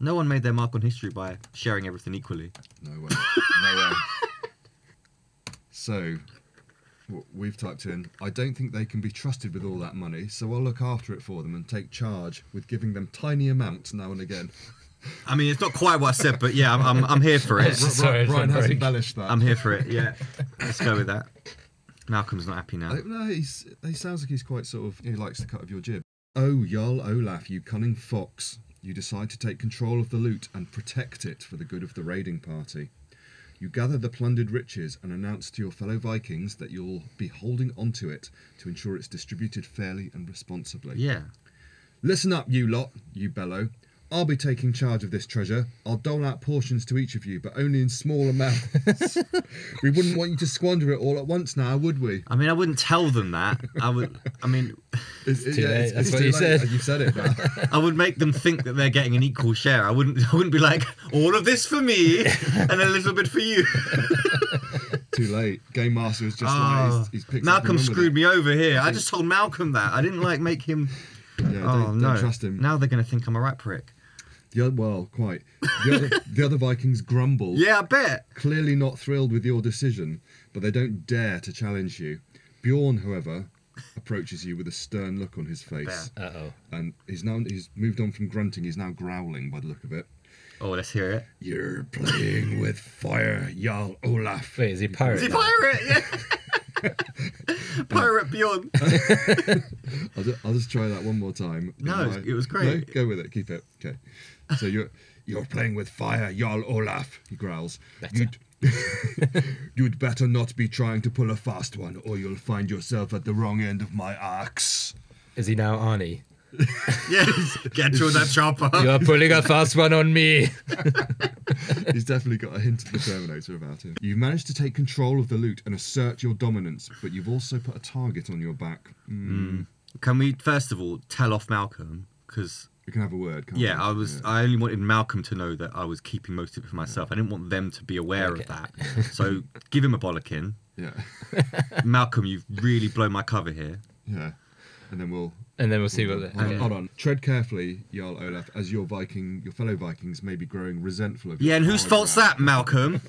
Speaker 3: No one made their mark on history by sharing everything equally.
Speaker 2: No way. No way. So, w- we've typed in, I don't think they can be trusted with all that money, so I'll look after it for them and take charge with giving them tiny amounts now and again.
Speaker 3: I mean, it's not quite what I said, but yeah, I'm, I'm, I'm here for it.
Speaker 2: Ri-
Speaker 1: Sorry, I
Speaker 2: Ri- Ryan
Speaker 1: didn't
Speaker 2: has
Speaker 1: break.
Speaker 2: embellished that.
Speaker 3: I'm here for it. Yeah. Let's go with that. Malcolm's not happy now.
Speaker 2: I, no, he's, he sounds like he's quite sort of, he likes the cut of your jib. Oh, Jarl Olaf, you cunning fox. You decide to take control of the loot and protect it for the good of the raiding party. You gather the plundered riches and announce to your fellow Vikings that you'll be holding onto it to ensure it's distributed fairly and responsibly.
Speaker 3: Yeah.
Speaker 2: Listen up, you lot, you bellow. I'll be taking charge of this treasure. I'll dole out portions to each of you, but only in small amounts. we wouldn't want you to squander it all at once now, would we?
Speaker 3: I mean, I wouldn't tell them that. I would. I mean,
Speaker 2: It's, it's,
Speaker 1: too
Speaker 2: yeah,
Speaker 1: late,
Speaker 2: it's-
Speaker 1: that's
Speaker 2: it's
Speaker 1: what
Speaker 2: too
Speaker 1: you
Speaker 2: late.
Speaker 1: said.
Speaker 2: You've said it. Now.
Speaker 3: I would make them think that they're getting an equal share. I wouldn't. I wouldn't be like all of this for me and a little bit for you.
Speaker 2: too late. Game master is just
Speaker 3: Oh,
Speaker 2: like he's, he's picked
Speaker 3: Malcolm screwed me over here. I just told Malcolm that. I didn't like make him.
Speaker 2: Yeah, don't,
Speaker 3: oh
Speaker 2: don't
Speaker 3: no!
Speaker 2: trust him.
Speaker 3: Now they're gonna think I'm a rat prick.
Speaker 2: The oth- well, quite. The other, the other Vikings grumble.
Speaker 3: Yeah, I bet.
Speaker 2: Clearly not thrilled with your decision, but they don't dare to challenge you. Bjorn, however, approaches you with a stern look on his face,
Speaker 1: Uh oh.
Speaker 2: and he's now he's moved on from grunting. He's now growling by the look of it.
Speaker 3: Oh, let's hear it.
Speaker 2: You're playing with fire, Jarl Olaf.
Speaker 1: Wait, is he a pirate?
Speaker 3: Is he
Speaker 1: now?
Speaker 3: pirate? Yeah. Pirate Bjorn.
Speaker 2: I'll ju- I'll just try that one more time.
Speaker 3: No,
Speaker 2: Am
Speaker 3: it was- it was great.
Speaker 2: No? Go with it. Keep it. Okay. So you're you're playing with fire, Jarl Olaf. He growls. You'd you'd better not be trying to pull a fast one, or you'll find yourself at the wrong end of my axe.
Speaker 1: Is he now Arnie?
Speaker 3: yes, get through that chopper.
Speaker 1: You are pulling a fast one on me.
Speaker 2: He's definitely got a hint of the Terminator about him. You've managed to take control of the loot and assert your dominance, but you've also put a target on your back. Mm,
Speaker 3: Can we first of all tell off Malcolm? Because
Speaker 2: We can have a word, can't
Speaker 3: yeah,
Speaker 2: we?
Speaker 3: I was. I only wanted Malcolm to know that I was keeping most of it for myself. I didn't want them to be aware of that. So give him a bollocking,
Speaker 2: Yeah.
Speaker 3: Malcolm. You've really blown my cover here.
Speaker 2: Yeah. yeah. And then we'll
Speaker 1: And then we'll see what. The,
Speaker 2: Hold,
Speaker 1: okay.
Speaker 2: on, hold on. Tread carefully, Jarl Olaf, as your Viking, your fellow Vikings may be growing resentful of you.
Speaker 3: Yeah, and whose fault's that, Malcolm?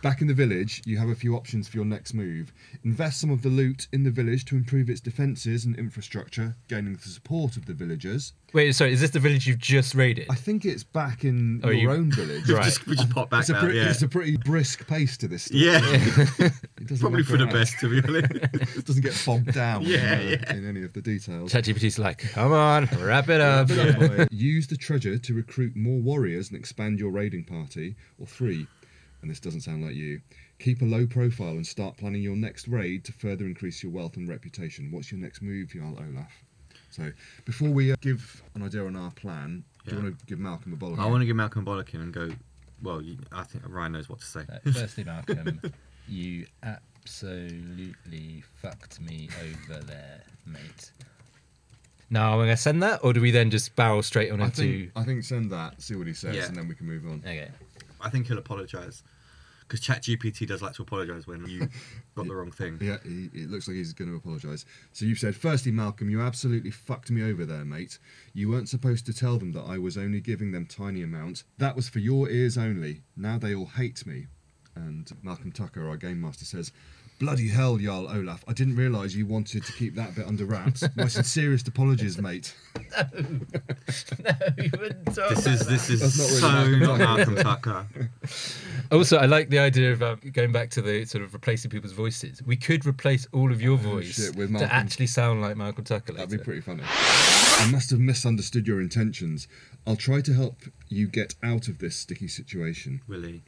Speaker 2: Back in the village, you have a few options for your next move. Invest some of the loot in the village to improve its defences and infrastructure, gaining the support of the villagers.
Speaker 1: Wait, sorry. Is this the village you've just raided?
Speaker 2: I think it's back in
Speaker 1: Oh, you-
Speaker 2: your own village.
Speaker 1: Right.
Speaker 3: Just, we just pop back
Speaker 2: It's a,
Speaker 3: now.
Speaker 2: pretty,
Speaker 3: yeah.
Speaker 2: it's a pretty brisk pace to this stuff.
Speaker 3: yeah,
Speaker 2: It doesn't
Speaker 3: probably
Speaker 2: knock
Speaker 3: for the
Speaker 2: around.
Speaker 3: best, to be honest.
Speaker 2: It doesn't get bogged down
Speaker 3: Yeah,
Speaker 2: in, uh,
Speaker 3: yeah.
Speaker 2: in any of the details.
Speaker 1: ChatGPT's like, come on, wrap it up.
Speaker 2: Use the treasure to recruit more warriors and expand your raiding party. Or three, and this doesn't sound like you, keep a low profile and start planning your next raid to further increase your wealth and reputation. What's your next move, Jarl Olaf? So, before we uh, give an idea on our plan, do you
Speaker 3: Yeah.
Speaker 2: want to give Malcolm a bollocking?
Speaker 3: I want to give Malcolm a bollocking and go. Well, you, I think Ryan knows what to say.
Speaker 8: Uh, firstly, Malcolm, you absolutely fucked me over there, mate.
Speaker 1: Now, am I going to send that, or do we then just barrel straight on
Speaker 2: I
Speaker 1: into?
Speaker 2: think, I think send that, see what he says,
Speaker 3: Yeah.
Speaker 2: and then we can move on.
Speaker 1: Okay.
Speaker 3: I think he'll apologise because ChatGPT does like to apologise when you got the wrong thing.
Speaker 2: Yeah, he, it looks like he's going to apologise. So you've said, firstly, Malcolm, you absolutely fucked me over there, mate. You weren't supposed to tell them that I was only giving them tiny amounts. That was for your ears only. Now they all hate me. And Malcolm Tucker, our game master, says, Bloody hell, Jarl Olaf. I didn't realise you wanted to keep that bit under wraps. My sincerest apologies, mate.
Speaker 3: This is this is
Speaker 2: That's not really
Speaker 3: so
Speaker 2: Malcolm
Speaker 3: not
Speaker 2: Tucker,
Speaker 3: Malcolm
Speaker 2: is it?
Speaker 3: Tucker.
Speaker 1: Also, I like the idea of um, going back to the sort of replacing people's voices. We could replace all of your
Speaker 8: Oh,
Speaker 1: voice
Speaker 2: shit, with
Speaker 1: to
Speaker 2: Malcolm.
Speaker 1: actually sound like Malcolm Tucker.
Speaker 2: That'd
Speaker 1: later.
Speaker 2: be pretty funny. I must have misunderstood your intentions. I'll try to help you get out of this sticky situation.
Speaker 3: Willie.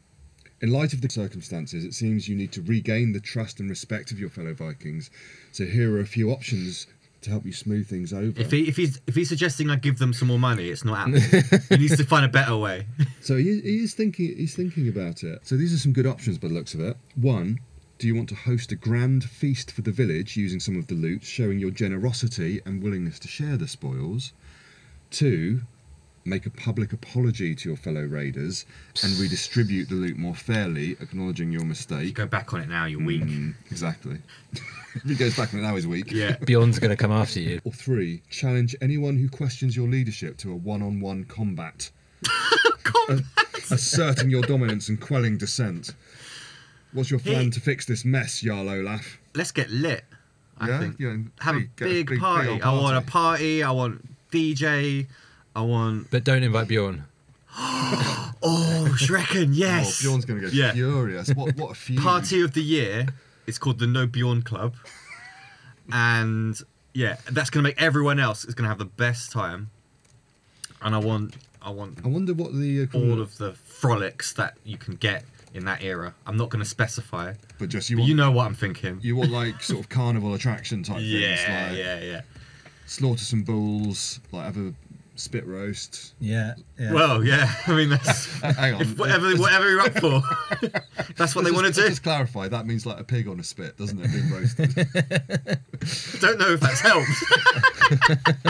Speaker 2: In light of the circumstances, it seems you need to regain the trust and respect of your fellow Vikings. So here are a few options to help you smooth things over.
Speaker 3: If he if he's if he's suggesting I give them some more money, it's not happening. he needs to find a better way.
Speaker 2: so he, he is thinking. He's thinking about it. So these are some good options by the looks of it. One. Do you want to host a grand feast for the village using some of the loot, showing your generosity and willingness to share the spoils? Two, make a public apology to your fellow raiders and redistribute the loot more fairly, acknowledging your
Speaker 3: You
Speaker 2: mistake.
Speaker 3: go back on it now. You're weak.
Speaker 2: Mm, exactly. if he goes back and now he's weak.
Speaker 3: Yeah.
Speaker 1: Bjorn's going to come after you.
Speaker 2: Or three, challenge anyone who questions your leadership to a one on one combat. Asserting your dominance and quelling dissent. What's your plan
Speaker 3: Hey.
Speaker 2: to fix this mess, Jarl Olaf?
Speaker 3: Let's get lit. I
Speaker 2: Yeah?
Speaker 3: think.
Speaker 2: Yeah,
Speaker 3: Have a
Speaker 2: big-
Speaker 3: big,
Speaker 2: get a big, big
Speaker 3: party.
Speaker 2: old
Speaker 3: I want a
Speaker 2: party.
Speaker 3: party. I want DJ. I want
Speaker 1: But don't invite Bjorn.
Speaker 3: oh Shrekken. Yes.
Speaker 2: Oh, Bjorn's going to go
Speaker 3: Yeah.
Speaker 2: furious. What, what a feud.
Speaker 3: Party of the year. It's called the No Bjorn Club. And yeah, that's gonna make everyone else is gonna have the best time. And I want I want
Speaker 2: I wonder what the uh, equivalent
Speaker 3: all of the frolics that you can get in that era. I'm not gonna specify.
Speaker 2: But just you
Speaker 3: But
Speaker 2: want,
Speaker 3: you
Speaker 2: you,
Speaker 3: know what I'm thinking.
Speaker 2: want like sort of carnival attraction type
Speaker 3: yeah,
Speaker 2: things. Like
Speaker 3: yeah, yeah.
Speaker 2: Slaughter some bulls, like have a spit roast.
Speaker 8: Yeah. yeah.
Speaker 3: Well, yeah. I mean, that's
Speaker 2: Uh, Hang on.
Speaker 3: if whatever whatever you're up for. that's what
Speaker 2: Let's just-
Speaker 3: they want to do.
Speaker 2: let's Just clarify, that means like a pig on a spit, doesn't it? Being roasted.
Speaker 3: Don't know if that's helped.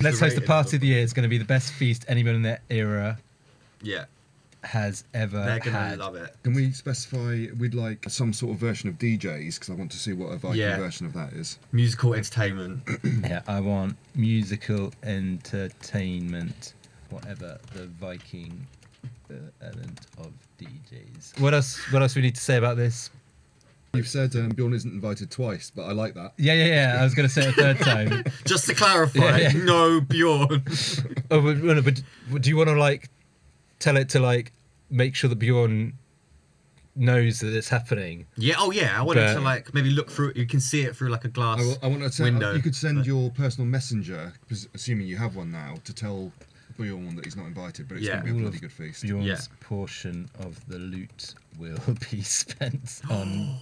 Speaker 8: Let's host a
Speaker 3: rated
Speaker 8: party of the year. It's going to be the best feast anyone in their era
Speaker 3: yeah,
Speaker 8: has ever
Speaker 3: they're gonna
Speaker 8: had.
Speaker 3: love it.
Speaker 2: Can we specify we'd like some sort of version of DJs because I want to see what a Viking
Speaker 3: Yeah.
Speaker 2: version of that is.
Speaker 3: Musical entertainment.
Speaker 8: Yeah, I want musical entertainment, whatever the Viking uh, element of DJs.
Speaker 1: What else? What else we need to say about this?
Speaker 2: You've said um, Bjorn isn't invited twice, but I like that.
Speaker 8: Yeah, yeah, yeah. I was going to say it a third time.
Speaker 3: Just to clarify,
Speaker 1: Yeah, yeah.
Speaker 3: no Bjorn.
Speaker 1: Oh, but, but do you want to like tell it to like make sure that Bjorn knows that it's happening.
Speaker 3: Yeah. Oh, yeah. I wanted
Speaker 1: But-
Speaker 3: to like maybe look through. You can see it through like a glass
Speaker 2: I, will- I want to send,
Speaker 3: window.
Speaker 2: You could send
Speaker 3: but-
Speaker 2: your personal messenger, pres- assuming you have one now, to tell Bjorn that he's not invited, but it's going
Speaker 3: Yeah.
Speaker 2: to be a
Speaker 8: All
Speaker 2: bloody
Speaker 8: of
Speaker 2: good feast.
Speaker 8: Bjorn's
Speaker 3: Yeah.
Speaker 8: portion of the loot will be spent on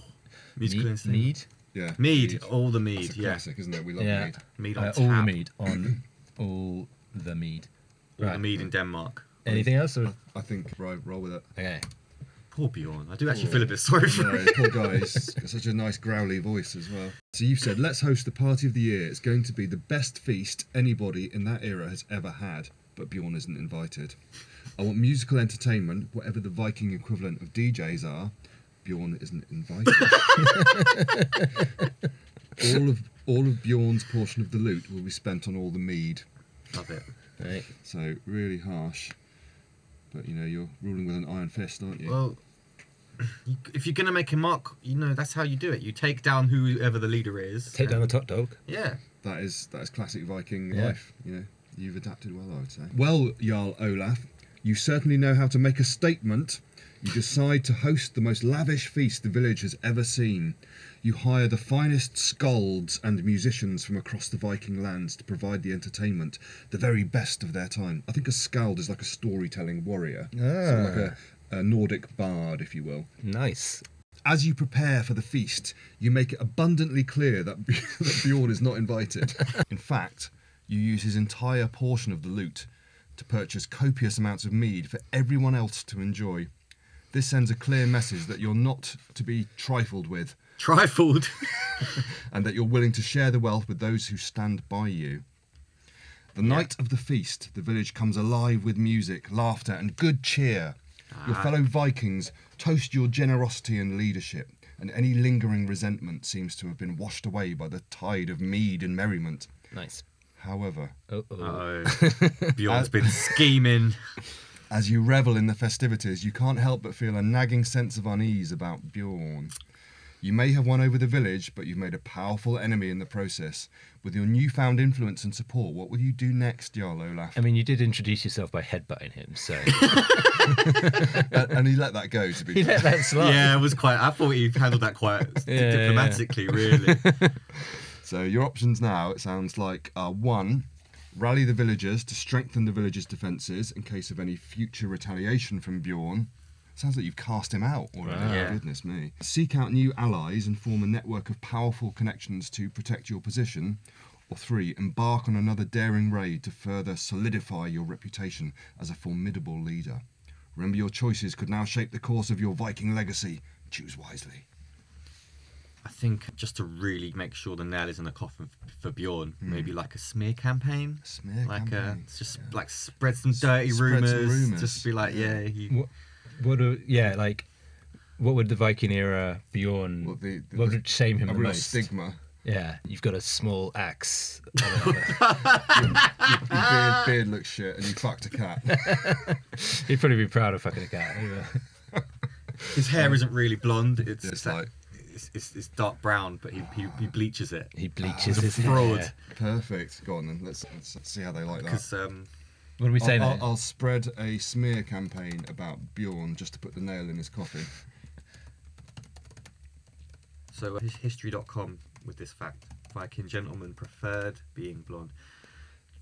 Speaker 3: Musical
Speaker 8: mead.
Speaker 3: instrument.
Speaker 8: mead.
Speaker 2: Yeah.
Speaker 3: mead. All the mead.
Speaker 2: It's a
Speaker 3: yeah.
Speaker 2: classic, isn't it? We love
Speaker 8: Yeah,
Speaker 2: mead.
Speaker 3: Mead on
Speaker 8: Uh, all the
Speaker 3: tap.
Speaker 8: mead on all the mead.
Speaker 3: All the
Speaker 8: Right.
Speaker 3: mead in Denmark.
Speaker 8: Anything else? Or? Oh,
Speaker 2: I think, right, roll with it.
Speaker 8: Okay.
Speaker 3: Poor Bjorn. I do actually feel a bit sorry for him.
Speaker 2: No, poor guy's got such a nice growly voice as well. So you've said, let's host the party of the year. It's going to be the best feast anybody in that era has ever had, but Bjorn isn't invited. I want musical entertainment, whatever the Viking equivalent of DJs are. Bjorn isn't invited. all of all of Bjorn's portion of the loot will be spent on all the mead.
Speaker 3: Love it.
Speaker 8: Right.
Speaker 2: So really harsh. But you know, you're ruling with an iron fist, aren't you?
Speaker 3: Well, you, if you're gonna make a mark, you know that's how you do it. You take down whoever the leader is.
Speaker 1: Take down
Speaker 3: and-
Speaker 1: the top dog.
Speaker 3: Yeah.
Speaker 2: that is that is classic Viking
Speaker 1: Yeah.
Speaker 2: life. You know, you've adapted well, I would say. Well, Jarl Olaf, you certainly know how to make a statement. You decide to host the most lavish feast the village has ever seen. You hire the finest skalds and musicians from across the Viking lands to provide the entertainment, the very best of their time. I think a skald is like a storytelling warrior, so like a, a Nordic bard, if you will.
Speaker 1: Nice.
Speaker 2: As you prepare for the feast, you make it abundantly clear that, that Bjorn is not invited. In fact, you use his entire portion of the loot to purchase copious amounts of mead for everyone else to enjoy. This sends a clear message that you're not to be trifled with
Speaker 3: Trifled.
Speaker 2: and that you're willing to share the wealth with those who stand by you. The night of the feast, the village comes alive with music, laughter, and good cheer. Your fellow Vikings toast your generosity and leadership, and any lingering resentment seems to have been washed away by the tide of mead and merriment.
Speaker 1: Nice.
Speaker 2: However,
Speaker 1: Oh,
Speaker 3: oh, Bjorn's been scheming.
Speaker 2: as you revel in the festivities, you can't help but feel a nagging sense of unease about Bjorn. You may have won over the village, but you've made a powerful enemy in the process. With your newfound influence and support, what will you do next, Jarl Olaf?
Speaker 1: I mean, you did introduce yourself by headbutting him, so
Speaker 2: and, and he let that go, to be fair.
Speaker 1: that's
Speaker 3: Yeah, it was quite. I thought he handled that quite
Speaker 1: Yeah,
Speaker 3: diplomatically. Really.
Speaker 2: So your options now, it sounds like, are one, rally the villagers to strengthen the village's defences in case of any future retaliation from Bjorn. Sounds like you've cast him out already.
Speaker 3: Yeah.
Speaker 2: Goodness me. Seek out new allies and form a network of powerful connections to protect your position. Or three, embark on another daring raid to further solidify your reputation as a formidable leader. Remember, your choices could now shape the course of your Viking legacy. Choose wisely.
Speaker 3: I think just to really make sure the nail is in the coffin f- for Bjorn, maybe like a smear campaign.
Speaker 2: A Hmm. smear
Speaker 3: like uh
Speaker 2: campaign,
Speaker 3: just
Speaker 2: yeah.
Speaker 3: like spread some dirty
Speaker 2: spread
Speaker 3: rumors,
Speaker 2: some rumours,
Speaker 3: Just be like, yeah, you,
Speaker 1: What, what? Are, yeah, like, what would the Viking era Bjorn?
Speaker 2: Well,
Speaker 1: What,
Speaker 2: the- the-
Speaker 1: would shame him
Speaker 2: A
Speaker 1: the
Speaker 2: real
Speaker 1: most?
Speaker 2: stigma.
Speaker 1: Yeah, you've got a small axe.
Speaker 2: Your beard, beard looks shit and you fucked a cat.
Speaker 1: He'd probably be proud of fucking a cat. anyway.
Speaker 3: his hair isn't really blonde. It's
Speaker 2: It's
Speaker 3: it's, that-
Speaker 2: like-
Speaker 3: it's, it's, it's dark brown, but he, he, he bleaches it.
Speaker 1: He
Speaker 2: Ah,
Speaker 1: bleaches his
Speaker 3: fraud.
Speaker 1: hair.
Speaker 2: Perfect. Go on then. Let's, let's see how they like that.
Speaker 3: Because um,
Speaker 1: What are we
Speaker 2: I'll,
Speaker 1: saying?
Speaker 2: I'll,
Speaker 1: there?
Speaker 2: I'll spread a smear campaign about Bjorn just to put the nail in his coffin.
Speaker 3: so uh, his- history.com with this fact: Viking gentlemen preferred being blonde.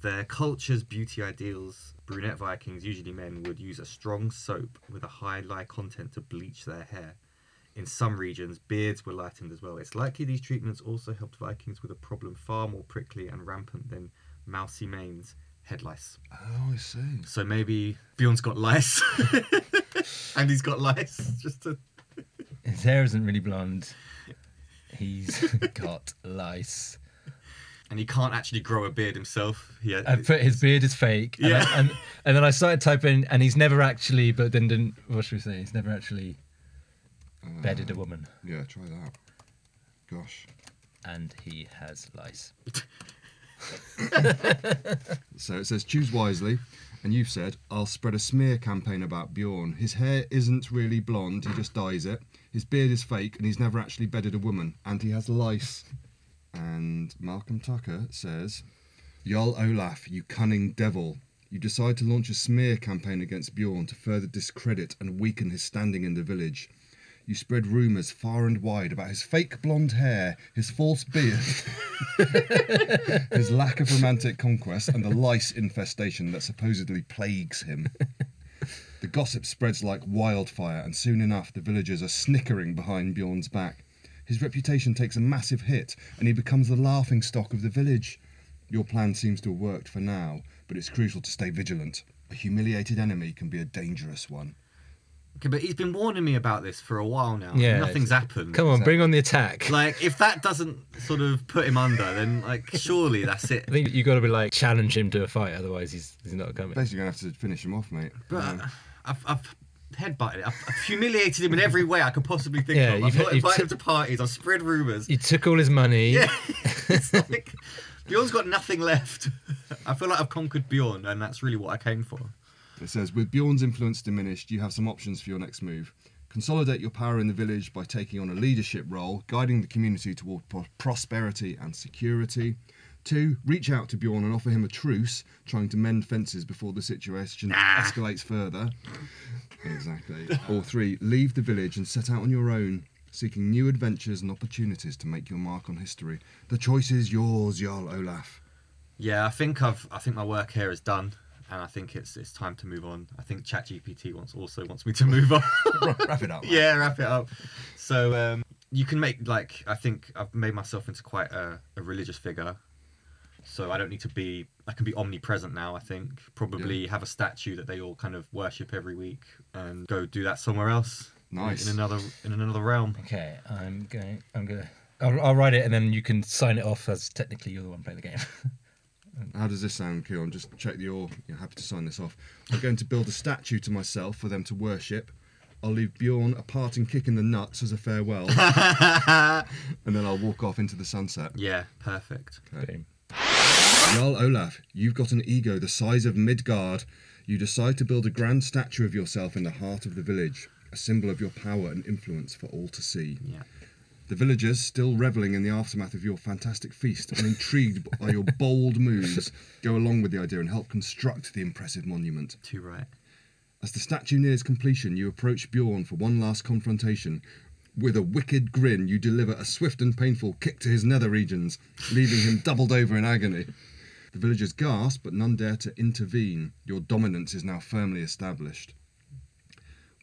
Speaker 3: Their culture's beauty ideals. Brunette Vikings, usually men, would use a strong soap with a high lye content to bleach their hair. In some regions, beards were lightened as well. It's likely these treatments also helped Vikings with a problem far more prickly and rampant than mousy manes, head lice.
Speaker 2: Oh, I see.
Speaker 3: So maybe Bjorn's got lice, and he's got lice. Just to
Speaker 8: His hair isn't really blonde. He's got lice.
Speaker 3: and he can't actually grow a beard himself. He had,
Speaker 1: I put his beard is fake. And,
Speaker 3: Yeah.
Speaker 1: I- and, and then I started typing, and he's never actually, but then didn't, what should we say? He's never actually bedded
Speaker 2: Uh.
Speaker 1: a woman,
Speaker 2: Yeah, try that. Gosh.
Speaker 8: And he has lice.
Speaker 2: So it says choose wisely, and you've said I'll spread a smear campaign about Bjorn. His hair isn't really blonde; he just dyes it. His beard is fake, and he's never actually bedded a woman, and he has lice. And Malcolm Tucker says, "Jarl Olaf, you cunning devil! you decide to launch a smear campaign against Bjorn to further discredit and weaken his standing in the village. You spread rumours far and wide about his fake blonde hair, his false beard, his lack of romantic conquest, and the lice infestation that supposedly plagues him. The gossip spreads like wildfire, and soon enough, the villagers are snickering behind Bjorn's back. His reputation takes a massive hit, and he becomes the laughing stock of the village. Your plan seems to have worked for now, but it's crucial to stay vigilant. A humiliated enemy can be a dangerous one.
Speaker 3: Okay, but he's been warning me about this for a while now.
Speaker 1: Yeah.
Speaker 3: nothing's happened.
Speaker 1: Come on, bring on the attack.
Speaker 3: Like, if that doesn't sort of put him under, then like surely that's it.
Speaker 1: I think you got to be like challenge him to a fight, otherwise he's he's not coming.
Speaker 2: Basically, you're going to have to finish him off, mate.
Speaker 3: But I've, I've headbutted it. I've, I've humiliated him in every way I could possibly think
Speaker 1: Yeah,
Speaker 3: of.
Speaker 1: you've-
Speaker 3: I've not
Speaker 1: you've
Speaker 3: invited
Speaker 1: t-
Speaker 3: him to parties. I've spread rumours.
Speaker 1: You took all his money.
Speaker 3: Yeah, it's like Bjorn's got nothing left. I feel like I've conquered Bjorn, and that's really what I came for.
Speaker 2: It says, with Bjorn's influence diminished, you have some options for your next move. Consolidate your power in the village by taking on a leadership role, guiding the community toward pro- prosperity and security. Two, reach out to Bjorn and offer him a truce, trying to mend fences before the situation escalates further. Exactly. or three, leave the village and set out on your own, seeking new adventures and opportunities to make your mark on history. The choice is yours, Jarl Olaf.
Speaker 3: Yeah, I think I've I think my work here is done, and I think it's it's time to move on. I think ChatGPT wants also wants me to move on.
Speaker 2: Wrap it up. mate.
Speaker 3: yeah, wrap it up. So um, you can make like I think I've made myself into quite a, a religious figure. So I don't need to be. I can be omnipresent now. I think probably have a statue that they all kind of worship every week and go do that somewhere else.
Speaker 2: Nice.
Speaker 3: in another in another realm.
Speaker 8: Okay, I'm going. I'm gonna. I'll, I'll write it, and then you can sign it off as technically you're the one playing the game.
Speaker 2: How does this sound, Keon? Just check that you're, you're happy to sign this off. I'm going to build a statue to myself for them to worship. I'll leave Bjorn a parting kick in the nuts as a farewell. and then I'll walk off into the sunset.
Speaker 3: Yeah, perfect.
Speaker 2: Jarl Olaf, you've got an ego the size of Midgard. You decide to build a grand statue of yourself in the heart of the village, a symbol of your power and influence for all to see.
Speaker 3: Yeah.
Speaker 2: The villagers, still reveling in the aftermath of your fantastic feast and intrigued by your bold moves, go along with the idea and help construct the impressive monument.
Speaker 3: Too right.
Speaker 2: As the statue nears completion, you approach Bjorn for one last confrontation. With a wicked grin, you deliver a swift and painful kick to his nether regions, leaving him doubled over in agony. The villagers gasp, but none dare to intervene. Your dominance is now firmly established.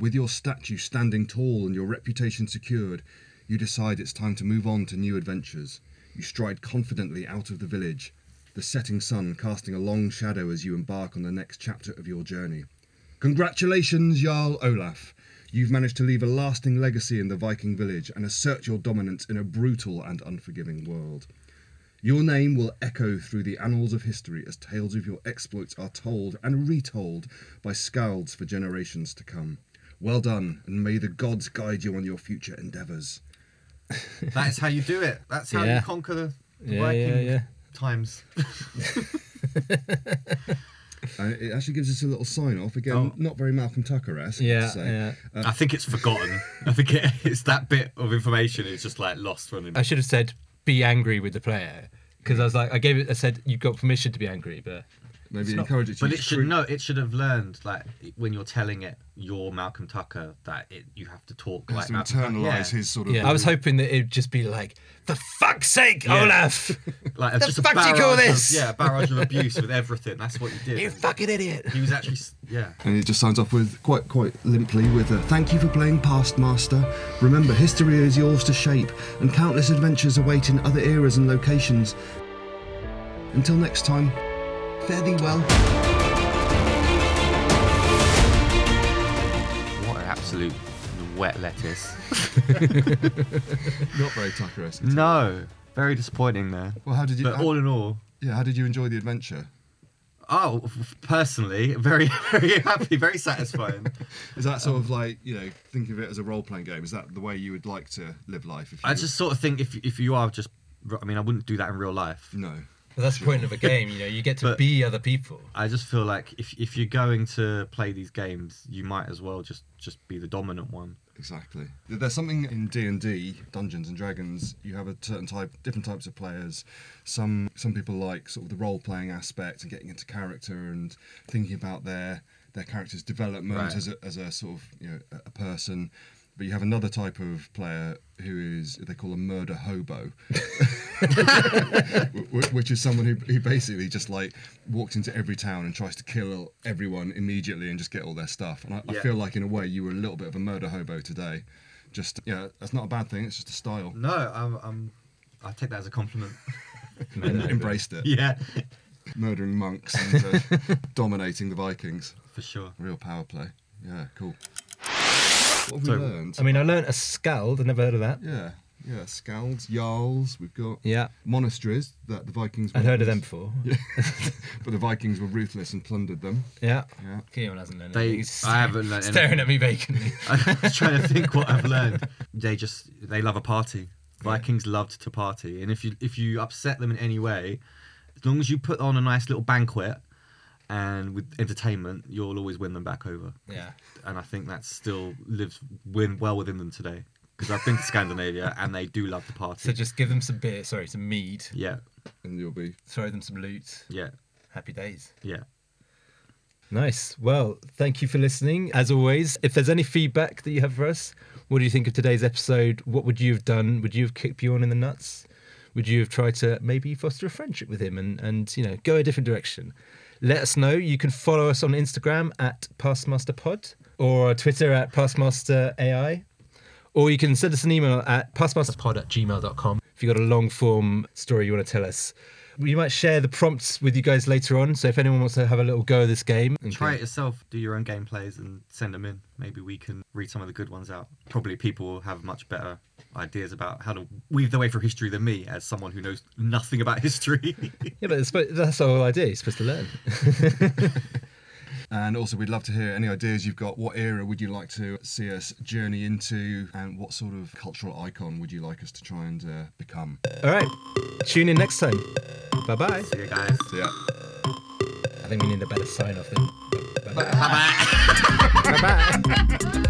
Speaker 2: With your statue standing tall and your reputation secured, you decide it's time to move on to new adventures. You stride confidently out of the village, the setting sun casting a long shadow as you embark on the next chapter of your journey. Congratulations, Jarl Olaf. You've managed to leave a lasting legacy in the Viking village and assert your dominance in a brutal and unforgiving world. Your name will echo through the annals of history as tales of your exploits are told and retold by skalds for generations to come. Well done, and may the gods guide you on your future endeavours.
Speaker 3: That is how you do it. That's how
Speaker 1: Yeah.
Speaker 3: you conquer the, the
Speaker 1: Yeah,
Speaker 3: Viking
Speaker 1: yeah, yeah.
Speaker 3: times.
Speaker 2: Uh, it actually gives us a little sign off. Again,
Speaker 3: Oh.
Speaker 2: not very Malcolm Tucker esque.
Speaker 1: Yeah, yeah.
Speaker 3: I think it's forgotten. I think it, it's that bit of information is just like lost from him.
Speaker 1: I should have said be angry with the player because I was like I gave it. I said you got permission to be angry, but
Speaker 2: Maybe encourage it to
Speaker 3: But
Speaker 2: use
Speaker 3: it should
Speaker 2: cru-
Speaker 3: know. It should have learned, like when you're telling it, you're Malcolm Tucker, that it you have to talk
Speaker 9: Has
Speaker 3: like
Speaker 9: to
Speaker 3: Malcolm Tucker.
Speaker 9: internalise
Speaker 3: Yeah.
Speaker 9: his sort of.
Speaker 1: yeah, I was hoping that it'd just be like for fuck's sake,
Speaker 3: Yeah.
Speaker 1: Olaf,
Speaker 3: Like
Speaker 1: The
Speaker 3: just a
Speaker 1: fuck do you
Speaker 3: barrage
Speaker 1: call
Speaker 3: of-
Speaker 1: this?
Speaker 3: yeah, a barrage of abuse with everything. That's what you did.
Speaker 1: you fucking idiot.
Speaker 3: He was actually, s- yeah.
Speaker 2: And it just signs off with quite quite limply with a thank you for playing Past Master. Remember, history is yours to shape, and countless adventures await in other eras and locations. Until next time, fare thee well.
Speaker 3: What an absolute wet lettuce.
Speaker 2: Not very Tucker-esque.
Speaker 3: no, very disappointing there.
Speaker 2: Well, how did you?
Speaker 3: But
Speaker 2: how-
Speaker 3: all in all,
Speaker 2: yeah, how did you enjoy the adventure?
Speaker 3: oh, f- f- personally, very, very happy, very satisfying.
Speaker 2: Is that sort of like you know, think of it as a role-playing game? Is that the way you would like to live life? If you
Speaker 3: I just sort of think if if you are just, I mean, I wouldn't do that in real life.
Speaker 2: no.
Speaker 1: Well, that's the point of a game, you know. You get to
Speaker 3: But-
Speaker 1: be other people.
Speaker 3: I just feel like if if you're going to play these games, you might as well just just be the dominant one.
Speaker 2: Exactly. There's something in D and D, Dungeons and Dragons. You have a certain type, different types of players. Some some people like sort of the role playing aspect and getting into character and thinking about their their character's development
Speaker 3: Right.
Speaker 2: as a, as a sort of you know a- a person. But you have another type of player who is they call a murder hobo, wh- wh- which is someone who, who basically just like walks into every town and tries to kill everyone immediately and just get all their stuff. And I, I
Speaker 3: Yeah.
Speaker 2: feel like in a way you were a little bit of a murder hobo today. Just yeah, that's not a bad thing. It's just a style.
Speaker 3: No, I'm, I'm, I take that as a compliment.
Speaker 2: Embraced it.
Speaker 3: yeah,
Speaker 2: Murdering monks and uh, dominating the Vikings.
Speaker 3: for sure.
Speaker 2: Real power play. Yeah, cool. What have we learned?
Speaker 1: I mean, I learnt a scald. I never heard of that.
Speaker 2: yeah, yeah. Scalds, jarls. We've got
Speaker 1: Yeah.
Speaker 2: monasteries that the Vikings.
Speaker 1: I'd heard of them
Speaker 2: weapons-
Speaker 1: before.
Speaker 2: but the Vikings were ruthless and plundered them.
Speaker 1: Yeah.
Speaker 2: Yeah.
Speaker 1: Keon hasn't learned
Speaker 3: They,
Speaker 1: anything. He's
Speaker 3: I haven't learned anything.
Speaker 1: staring at me vacantly.
Speaker 3: I'm just trying to think what I've learned. They just they love a party. Vikings loved to party, and if you if you upset them in any way, as long as you put on a nice little banquet and with entertainment, you'll always win them back over.
Speaker 1: Yeah.
Speaker 3: And I think that still lives win well within them today because I've been to Scandinavia and they do love the party.
Speaker 1: So just give them some beer, sorry, some mead,
Speaker 3: yeah,
Speaker 2: And you'll be
Speaker 1: throw them some loot.
Speaker 3: yeah,
Speaker 1: Happy days.
Speaker 3: yeah.
Speaker 1: Nice. Well, thank you for listening. As always, if there's any feedback that you have for us, what do you think of today's episode? What would you have done? Would you have kicked Bjorn in the nuts? Would you have tried to maybe foster a friendship with him and, and you know go a different direction? Let us know. You can follow us on Instagram at PastmasterPod or Twitter at PastmasterAI. Or you can send us an email at Pastmaster
Speaker 10: pod at gmail.com.
Speaker 1: if you've got a long form story you want to tell us. We might share the prompts with you guys later on. So if anyone wants to have a little go of this game,
Speaker 3: Try it yourself. Do your own gameplays and send them in. Maybe we can read some of the good ones out. Probably people will have much better ideas about how to weave their way through history than me, as someone who knows nothing about history.
Speaker 1: Yeah, but it's, supposed- that's the whole idea. You're supposed to learn.
Speaker 2: And also, we'd love to hear any ideas you've got. What era would you like to see us journey into? And what sort of cultural icon would you like us to try and uh, become?
Speaker 1: All right. Tune in next time. Bye bye.
Speaker 3: See you guys.
Speaker 2: So, yeah.
Speaker 1: I think we need a better sign off then. Bye bye.
Speaker 3: Bye bye.
Speaker 1: Bye bye.